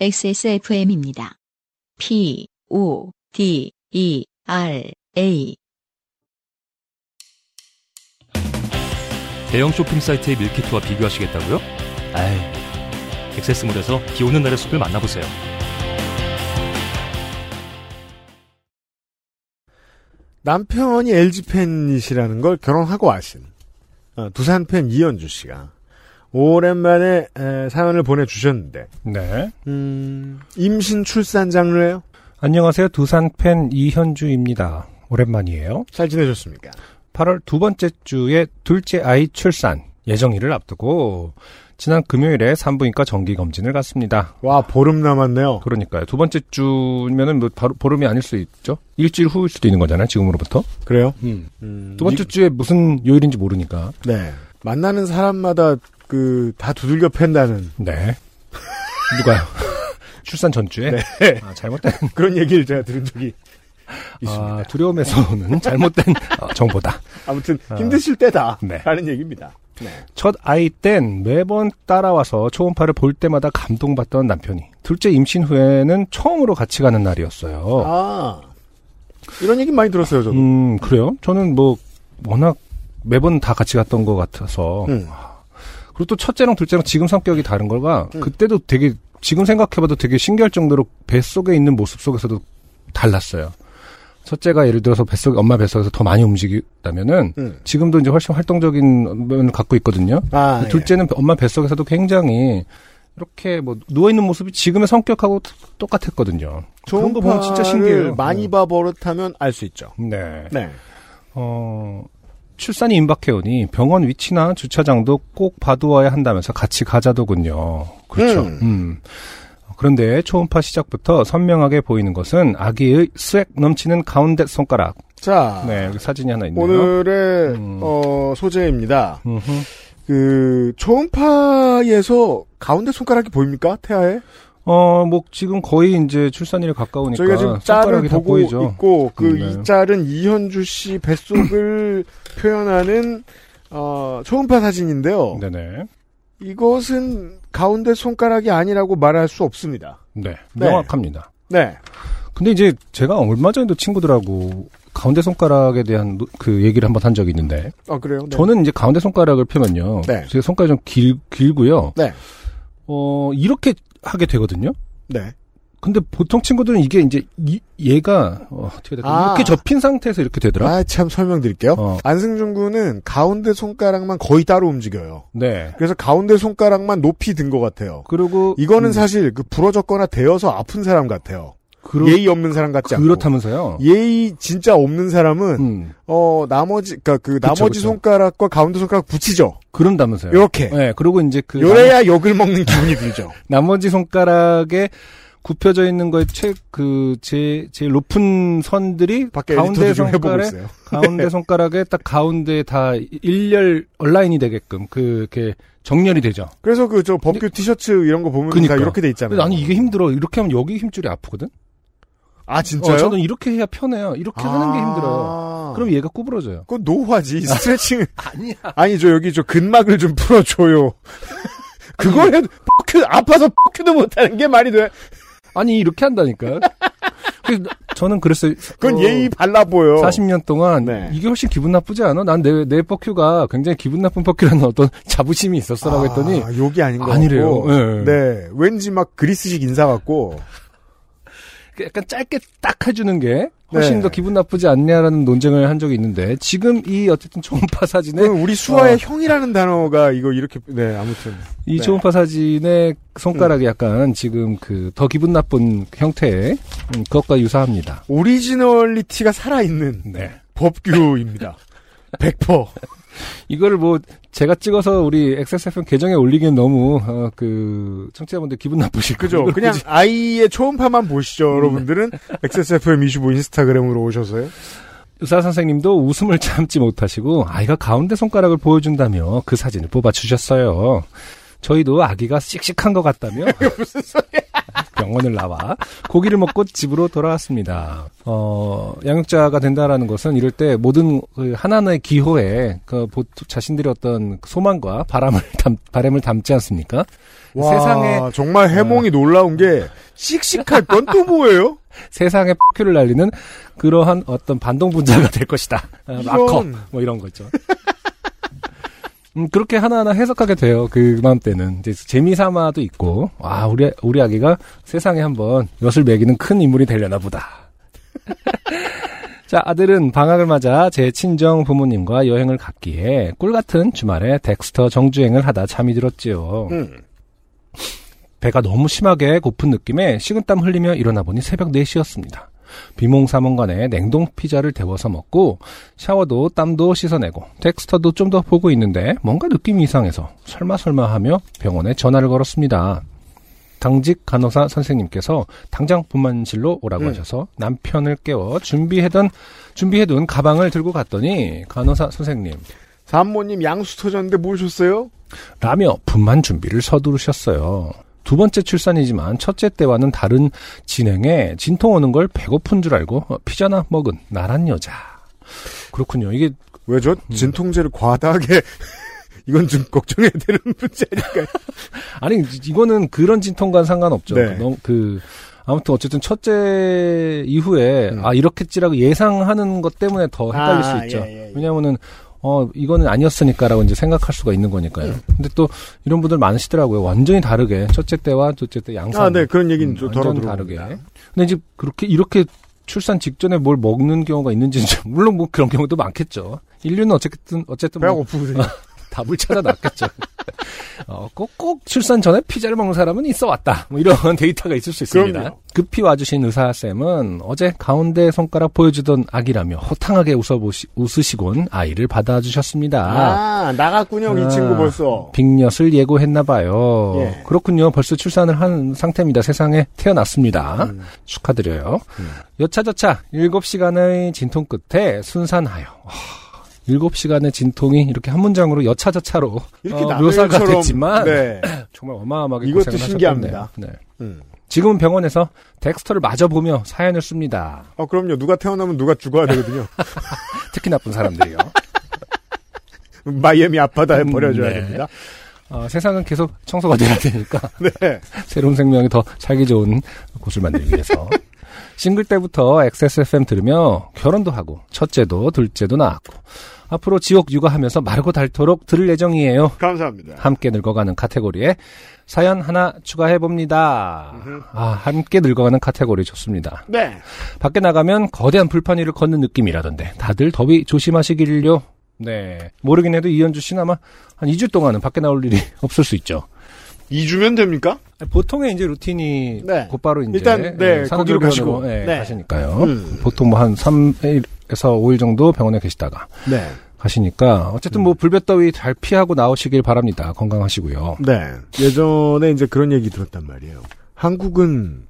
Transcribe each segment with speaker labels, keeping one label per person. Speaker 1: XSFM입니다. P, O, D, E, R, A.
Speaker 2: 대형 쇼핑 사이트의 밀키트와 비교하시겠다고요? 아이, 액세스몰에서 비 오는 날의 숲을 만나보세요.
Speaker 3: 남편이 LG 팬이시라는 걸 결혼하고 아신 어, 두산 팬 이현주 씨가 오랜만에 에, 사연을 보내주셨는데
Speaker 4: 네.
Speaker 3: 음, 임신 출산 장르예요?
Speaker 4: 안녕하세요. 두산 팬 이현주입니다. 오랜만이에요.
Speaker 3: 잘 지내셨습니까?
Speaker 4: 8월 두 번째 주에 둘째 아이 출산 예정일을 앞두고 지난 금요일에 산부인과 정기 검진을 갔습니다.
Speaker 3: 와 보름 남았네요.
Speaker 4: 그러니까요. 두 번째 주면은 뭐 바로 보름이 아닐 수 있죠. 일주일 후일 수도 있는 거잖아요. 지금으로부터.
Speaker 3: 그래요?
Speaker 4: 음.
Speaker 3: 음,
Speaker 4: 두 번째 주에 무슨 요일인지 모르니까.
Speaker 3: 이- 네 만나는 사람마다 그 다 두들겨 팬다는
Speaker 4: 네. 누가요? 출산 전주에
Speaker 3: 네.
Speaker 4: 아, 잘못된
Speaker 3: 그런 얘기를 제가 들은 적이 있습니다.
Speaker 4: 아, 두려움에서 오는 잘못된 어, 정보다.
Speaker 3: 아무튼 힘드실 때다
Speaker 4: 네.
Speaker 3: 라는 얘기입니다.
Speaker 4: 첫 아이 땐 매번 따라와서 초음파를 볼 때마다 감동받던 남편이 둘째 임신 후에는 처음으로 같이 가는 날이었어요.
Speaker 3: 아 이런 얘기 많이 들었어요 저도.
Speaker 4: 음 그래요? 저는 뭐 워낙 매번 다 같이 갔던 것 같아서
Speaker 3: 음.
Speaker 4: 그리고 또 첫째랑 둘째랑 지금 성격이 다른 걸까?
Speaker 3: 음.
Speaker 4: 그때도 되게 지금 생각해봐도 되게 신기할 정도로 뱃속에 있는 모습 속에서도 달랐어요. 첫째가 예를 들어서 뱃속 엄마 뱃속에서 더 많이 움직였다면은
Speaker 3: 음.
Speaker 4: 지금도 이제 훨씬 활동적인 면을 갖고 있거든요.
Speaker 3: 아 예.
Speaker 4: 둘째는 엄마 뱃속에서도 굉장히 이렇게 뭐 누워 있는 모습이 지금의 성격하고 트- 똑같았거든요. 그런 거 보면 진짜 신기해요.
Speaker 3: 예. 많이
Speaker 4: 음.
Speaker 3: 봐 버릇하면 알 수 있죠.
Speaker 4: 네.
Speaker 3: 네.
Speaker 4: 어 출산이 임박해오니 병원 위치나 주차장도 꼭 봐두어야 한다면서 같이 가자더군요. 그렇죠.
Speaker 3: 음.
Speaker 4: 음. 그런데 초음파 시작부터 선명하게 보이는 것은 아기의 스웩 넘치는 가운데 손가락.
Speaker 3: 자,
Speaker 4: 네, 여기 사진이 하나 있네요.
Speaker 3: 오늘의
Speaker 4: 음.
Speaker 3: 어, 소재입니다.
Speaker 4: 음흠.
Speaker 3: 그 초음파에서 가운데 손가락이 보입니까? 태아에?
Speaker 4: 어, 뭐 지금 거의 이제 출산일에 가까우니까
Speaker 3: 저희가 지금 짤을
Speaker 4: 그러니까 손가락이 다
Speaker 3: 보고
Speaker 4: 보이죠.
Speaker 3: 있고 그 이
Speaker 4: 네.
Speaker 3: 짤은 이현주 씨 뱃속을 표현하는 어, 초음파 사진인데요.
Speaker 4: 네네.
Speaker 3: 이것은 가운데 손가락이 아니라고 말할 수 없습니다.
Speaker 4: 네,
Speaker 3: 네.
Speaker 4: 명확합니다.
Speaker 3: 네.
Speaker 4: 근데 이제 제가 얼마 전에도 친구들하고 가운데 손가락에 대한 노- 그 얘기를 한번 한 적이 있는데
Speaker 3: 아 그래요? 네.
Speaker 4: 저는 이제 가운데 손가락을 펴면요.
Speaker 3: 네.
Speaker 4: 제 손가락이 좀 길, 길고요.
Speaker 3: 네.
Speaker 4: 어, 이렇게 하게 되거든요.
Speaker 3: 네.
Speaker 4: 근데 보통 친구들은 이게 이제 이- 얘가 어, 어떻게 될까?
Speaker 3: 아.
Speaker 4: 이렇게 접힌 상태에서 이렇게 되더라.
Speaker 3: 아 참 설명드릴게요.
Speaker 4: 어.
Speaker 3: 안승준 군은 가운데 손가락만 거의 따로 움직여요.
Speaker 4: 네.
Speaker 3: 그래서 가운데 손가락만 높이 든 것 같아요.
Speaker 4: 그리고
Speaker 3: 이거는
Speaker 4: 음,
Speaker 3: 사실 그 부러졌거나 데어서 아픈 사람 같아요.
Speaker 4: 그러,
Speaker 3: 예의 없는 사람 같지 않고.
Speaker 4: 그렇다면서요.
Speaker 3: 예의 진짜 없는 사람은
Speaker 4: 음,
Speaker 3: 어 나머지 그러니까 그
Speaker 4: 그쵸,
Speaker 3: 나머지
Speaker 4: 그쵸.
Speaker 3: 손가락과 가운데 손가락 붙이죠.
Speaker 4: 그런다면서요.
Speaker 3: 요렇게.
Speaker 4: 네. 그리고 이제 그
Speaker 3: 요래야 욕을 먹는 기분이 들죠.
Speaker 4: 나머지 손가락에 굽혀져 있는 거의 최그제 제일 높은 선들이
Speaker 3: 밖에
Speaker 4: 가운데
Speaker 3: 에디터도 좀 해보고
Speaker 4: 손가락에
Speaker 3: 있어요. 네.
Speaker 4: 가운데 손가락에 딱 가운데 다 일렬 얼라인이 되게끔 그렇게 정렬이 되죠.
Speaker 3: 그래서 그 저 법규 티셔츠 이런 거 보면
Speaker 4: 그니까.
Speaker 3: 다 이렇게 돼
Speaker 4: 근데
Speaker 3: 있잖아요.
Speaker 4: 나는 이게 힘들어. 이렇게 하면 여기 힘줄이 아프거든.
Speaker 3: 아 진짜요? 아.
Speaker 4: 어, 저는 이렇게 해야 편해요. 이렇게 하는 게 힘들어요. 그럼 아. 얘가 구부러져요.
Speaker 3: 그건 노화지 스트레칭.
Speaker 4: 아니야.
Speaker 3: 아니 저 여기 저 근막을 좀 풀어줘요. 그걸 해도 뻑큐 아파서 뻑큐도 못하는 게 말이 돼.
Speaker 4: 아니 이렇게 한다니까. 그래서 나- 저는 그랬어요.
Speaker 3: 그건
Speaker 4: 어,
Speaker 3: 예의 발라 보여.
Speaker 4: 40년 동안
Speaker 3: 네.
Speaker 4: 이게 훨씬 기분 나쁘지 않아? 난 내 내 뻑큐가 굉장히 기분 나쁜 뻑큐라는 어떤 자부심이 있었어라고 했더니
Speaker 3: 아, 욕이 아닌 거
Speaker 4: 아니래요.
Speaker 3: 같고.
Speaker 4: 예, 예.
Speaker 3: 네, 왠지 막 그리스식 인사 같고.
Speaker 4: 그 약간 짧게 딱 해주는 게 훨씬
Speaker 3: 네.
Speaker 4: 더 기분 나쁘지 않냐라는 논쟁을 한 적이 있는데 지금 이 어쨌든 초음파 사진에
Speaker 3: 그건 우리 수아의
Speaker 4: 어.
Speaker 3: 형이라는 단어가 이거 이렇게 네 아무튼
Speaker 4: 이
Speaker 3: 네. 음.
Speaker 4: 초음파 사진의 손가락이 약간 지금 그 더 기분 나쁜 형태의 음, 그것과 유사합니다.
Speaker 3: 오리지널리티가 살아있는
Speaker 4: 네.
Speaker 3: 법규입니다. 100%.
Speaker 4: 이걸 뭐 제가 찍어서 우리 XSFM 계정에 올리기엔 너무 어, 그 청취자분들 기분 나쁘실
Speaker 3: 그죠?
Speaker 4: 거예요.
Speaker 3: 그냥 아이의 초음파만 보시죠, 여러분들은. XSFM25 인스타그램으로 오셔서요.
Speaker 4: 의사 선생님도 웃음을 참지 못하시고 아이가 가운데 손가락을 보여준다며 그 사진을 뽑아 주셨어요. 저희도 아기가 씩씩한 것 같다며
Speaker 3: 무슨 소리야?
Speaker 4: 병원을 나와 고기를 먹고 집으로 돌아왔습니다. 어, 양육자가 된다라는 것은 이럴 때 모든 그 하나하나의 기호에 그 보- 자신들의 어떤 소망과 바람을 담, 바람을 담지 않습니까?
Speaker 3: 와,
Speaker 4: 세상에-
Speaker 3: 정말 해몽이 놀라운 게 씩씩할 건 또 뭐예요?
Speaker 4: 세상에 큐를 날리는 그러한 어떤 반동 분자가 될 것이다. 아, 마커
Speaker 3: 이런.
Speaker 4: 뭐 이런 거죠. 음, 그렇게 하나하나 해석하게 돼요. 그맘때는 이제 재미삼아도 있고, 와 우리 우리 아기가 세상에 한번 엿을 매기는 큰 인물이 되려나 보다. 자 아들은 방학을 맞아 제 친정 부모님과 여행을 갔기에 꿀 같은 주말에 덱스터 정주행을 하다 잠이 들었지요.
Speaker 3: 음.
Speaker 4: 배가 너무 심하게 고픈 느낌에 식은땀 흘리며 일어나 보니 새벽 4시였습니다. 비몽사몽간에 냉동 피자를 데워서 먹고 샤워도 땀도 씻어내고 텍스터도 좀 더 보고 있는데 뭔가 느낌이 이상해서 설마 설마 하며 병원에 전화를 걸었습니다. 당직 간호사 선생님께서 당장 분만실로 오라고
Speaker 3: 음.
Speaker 4: 하셔서 남편을 깨워 준비해둔 준비해둔 가방을 들고 갔더니 간호사 선생님
Speaker 3: 산모님 양수 터졌는데 뭘 줬어요?
Speaker 4: 라며 분만 준비를 서두르셨어요. 두 번째 출산이지만 첫째 때와는 다른 진행에 진통 오는 걸 배고픈 줄 알고 어, 피자나 먹은 나란 여자. 그렇군요. 이게
Speaker 3: 왜 저 진통제를 과다하게 이건 좀 걱정해야 되는 문제 아닐까요?
Speaker 4: 아니 이거는 그런 진통과는 상관없죠.
Speaker 3: 네.
Speaker 4: 그, 너무 그 아무튼 어쨌든 첫째 이후에
Speaker 3: 음.
Speaker 4: 아 이렇게지라고 예상하는 것 때문에 더
Speaker 3: 아,
Speaker 4: 헷갈릴 수 있죠.
Speaker 3: 예, 예, 예.
Speaker 4: 왜냐하면은 어 이거는 아니었으니까라고 이제 생각할 수가 있는 거니까요.
Speaker 3: 음.
Speaker 4: 근데 또 이런 분들 많으시더라고요. 완전히 다르게 첫째 때와 둘째 때 양상.
Speaker 3: 아, 네, 그런 얘기는 좀 덜어
Speaker 4: 완전
Speaker 3: 들어
Speaker 4: 다르게. 근데 이제 그렇게 이렇게 출산 직전에 뭘 먹는 경우가 있는지 물론 뭐 그런 경우도 많겠죠. 인류는 어쨌든 어쨌든
Speaker 3: 배가
Speaker 4: 뭐
Speaker 3: 고프거든요.
Speaker 4: 답을 찾아놨겠죠. 어, 꼭, 꼭 출산 전에 피자를 먹는 사람은 있어 왔다. 뭐 이런 데이터가 있을 수 있습니다.
Speaker 3: 그럼요.
Speaker 4: 급히 와주신 의사쌤은 어제 가운데 손가락 보여주던 아기라며 호탕하게 웃어보시, 웃으시곤 아이를 받아주셨습니다.
Speaker 3: 아, 나갔군요,
Speaker 4: 아.
Speaker 3: 이 친구 벌써.
Speaker 4: 빅엿을 예고했나봐요.
Speaker 3: 예.
Speaker 4: 그렇군요. 벌써 출산을 한 상태입니다. 세상에 태어났습니다.
Speaker 3: 음.
Speaker 4: 축하드려요. 여차저차 7시간의 진통 끝에 순산하여. 하, 7시간의 진통이 이렇게 한 문장으로 여차저차로
Speaker 3: 이렇게
Speaker 4: 어,
Speaker 3: 남
Speaker 4: 묘사가 됐지만
Speaker 3: 네.
Speaker 4: 정말 어마어마하게
Speaker 3: 이것도
Speaker 4: 고생을
Speaker 3: 신기합니다.
Speaker 4: 하셨겠네요. 네.
Speaker 3: 음.
Speaker 4: 지금은 병원에서 덱스터를 마주보며 사연을 씁니다.
Speaker 3: 어, 그럼요. 누가 태어나면 누가 죽어야 되거든요.
Speaker 4: 특히 나쁜 사람들이요.
Speaker 3: 마이애미 앞바다에 버려줘야
Speaker 4: 음, 네.
Speaker 3: 됩니다.
Speaker 4: 어, 세상은 계속 청소가 돼야 되니까
Speaker 3: 네.
Speaker 4: 새로운 생명이 더 살기 좋은 곳을 만들기 위해서 싱글 때부터 XSFM 들으며 결혼도 하고 첫째도 둘째도 낳았고 앞으로 지옥 육아하면서 마르고 닳도록 들을 예정이에요.
Speaker 3: 감사합니다.
Speaker 4: 함께 늙어가는 카테고리에 사연 하나 추가해 봅니다. 아, 함께 늙어가는 카테고리 좋습니다.
Speaker 3: 네.
Speaker 4: 밖에 나가면 거대한 불판 위를 걷는 느낌이라던데 다들 더위 조심하시길요. 네. 모르긴 해도 이현주 씨는 아마 한 2주 동안은 밖에 나올 일이 없을 수 있죠.
Speaker 3: 2주면 됩니까?
Speaker 4: 보통의 이제 루틴이
Speaker 3: 네.
Speaker 4: 곧바로 이제
Speaker 3: 일단, 네,
Speaker 4: 예,
Speaker 3: 거기로
Speaker 4: 산후조리원으로,
Speaker 3: 가시고.
Speaker 4: 예,
Speaker 3: 네.
Speaker 4: 가시니까요. 보통 뭐 한 3일에서 5일 정도 병원에 계시다가
Speaker 3: 네.
Speaker 4: 가시니까 어쨌든
Speaker 3: 음.
Speaker 4: 뭐 불볕더위 잘 피하고 나오시길 바랍니다. 건강하시고요.
Speaker 3: 네. 예전에 이제 그런 얘기 들었단 말이에요. 한국은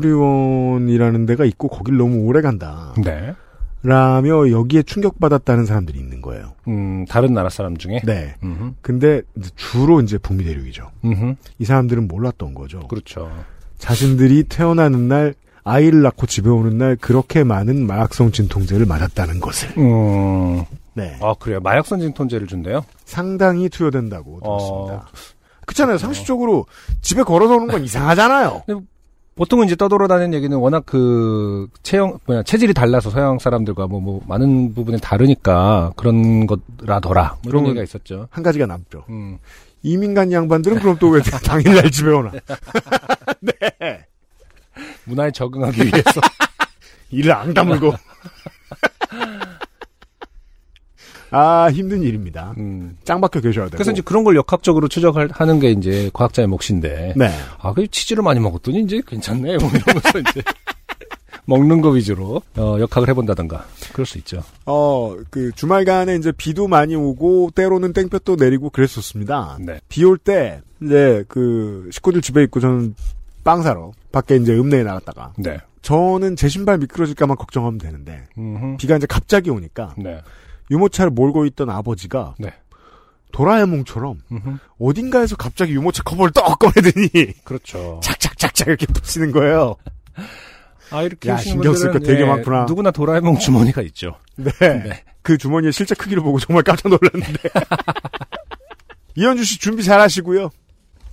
Speaker 3: 산후조리원이라는 데가 있고 거길 너무 오래 간다.
Speaker 4: 네.
Speaker 3: 라며 여기에 충격받았다는 사람들이 있는 거예요.
Speaker 4: 음, 다른 나라 사람 중에
Speaker 3: 네.
Speaker 4: 음.
Speaker 3: 근데 이제 주로 이제 북미 대륙이죠.
Speaker 4: 음.
Speaker 3: 이 사람들은 몰랐던 거죠.
Speaker 4: 그렇죠.
Speaker 3: 자신들이 태어나는 날 아이를 낳고 집에 오는 날 그렇게 많은 마약성 진통제를 맞았다는 것을.
Speaker 4: 음.
Speaker 3: 네.
Speaker 4: 아, 그래요. 마약성 진통제를 준대요?
Speaker 3: 상당히 투여된다고 들었습니다. 그렇잖아요. 상식적으로 집에 걸어서 오는 건 이상하잖아요.
Speaker 4: 보통은 이제 떠돌아다니는 얘기는 워낙 그 체형 뭐냐 체질이 달라서 서양 사람들과 뭐, 뭐 많은 부분에 다르니까 그런 것라더라 뭐 이런
Speaker 3: 그러면-
Speaker 4: 얘기가 있었죠.
Speaker 3: 한 가지가 남죠.
Speaker 4: 음.
Speaker 3: 이민간 양반들은 그럼 또 왜 당일날 집에 오나?
Speaker 4: 문화에 적응하기 위해서.
Speaker 3: 일을 안 다물고. 아, 힘든 일입니다.
Speaker 4: 음.
Speaker 3: 짱 박혀 계셔야 되고.
Speaker 4: 그래서 이제 그런 걸 역학적으로 추적하는 게 이제 과학자의 몫인데.
Speaker 3: 네.
Speaker 4: 아, 그 치즈를 많이 먹었더니 이제 괜찮네. 뭐 이러면서 이제 먹는 거 위주로 어, 역학을 해본다던가. 그럴 수 있죠.
Speaker 3: 어, 그 주말간에 이제 비도 많이 오고 때로는 땡볕도 내리고 그랬었습니다.
Speaker 4: 네.
Speaker 3: 비 올 때 이제 그 식구들 집에 있고 저는 빵 사러 밖에 이제 읍내에 나갔다가
Speaker 4: 네.
Speaker 3: 저는 제 신발 미끄러질까만 걱정하면 되는데
Speaker 4: 음흠.
Speaker 3: 비가 이제 갑자기 오니까
Speaker 4: 네.
Speaker 3: 유모차를 몰고 있던 아버지가
Speaker 4: 네.
Speaker 3: 도라에몽처럼
Speaker 4: 음흠.
Speaker 3: 어딘가에서 갑자기 유모차 커버를 떡 꺼내더니
Speaker 4: 그렇죠.
Speaker 3: 착착착착 이렇게 붙이는 거예요.
Speaker 4: 아 이렇게
Speaker 3: 야,
Speaker 4: 하시는
Speaker 3: 신경 쓸거
Speaker 4: 분들은,
Speaker 3: 되게
Speaker 4: 예,
Speaker 3: 많구나.
Speaker 4: 누구나 도라에몽 주머니가 있죠.
Speaker 3: 네. 그 주머니의 실제 크기를 보고 정말 깜짝 놀랐는데. 이현주 씨 준비 잘 하시고요.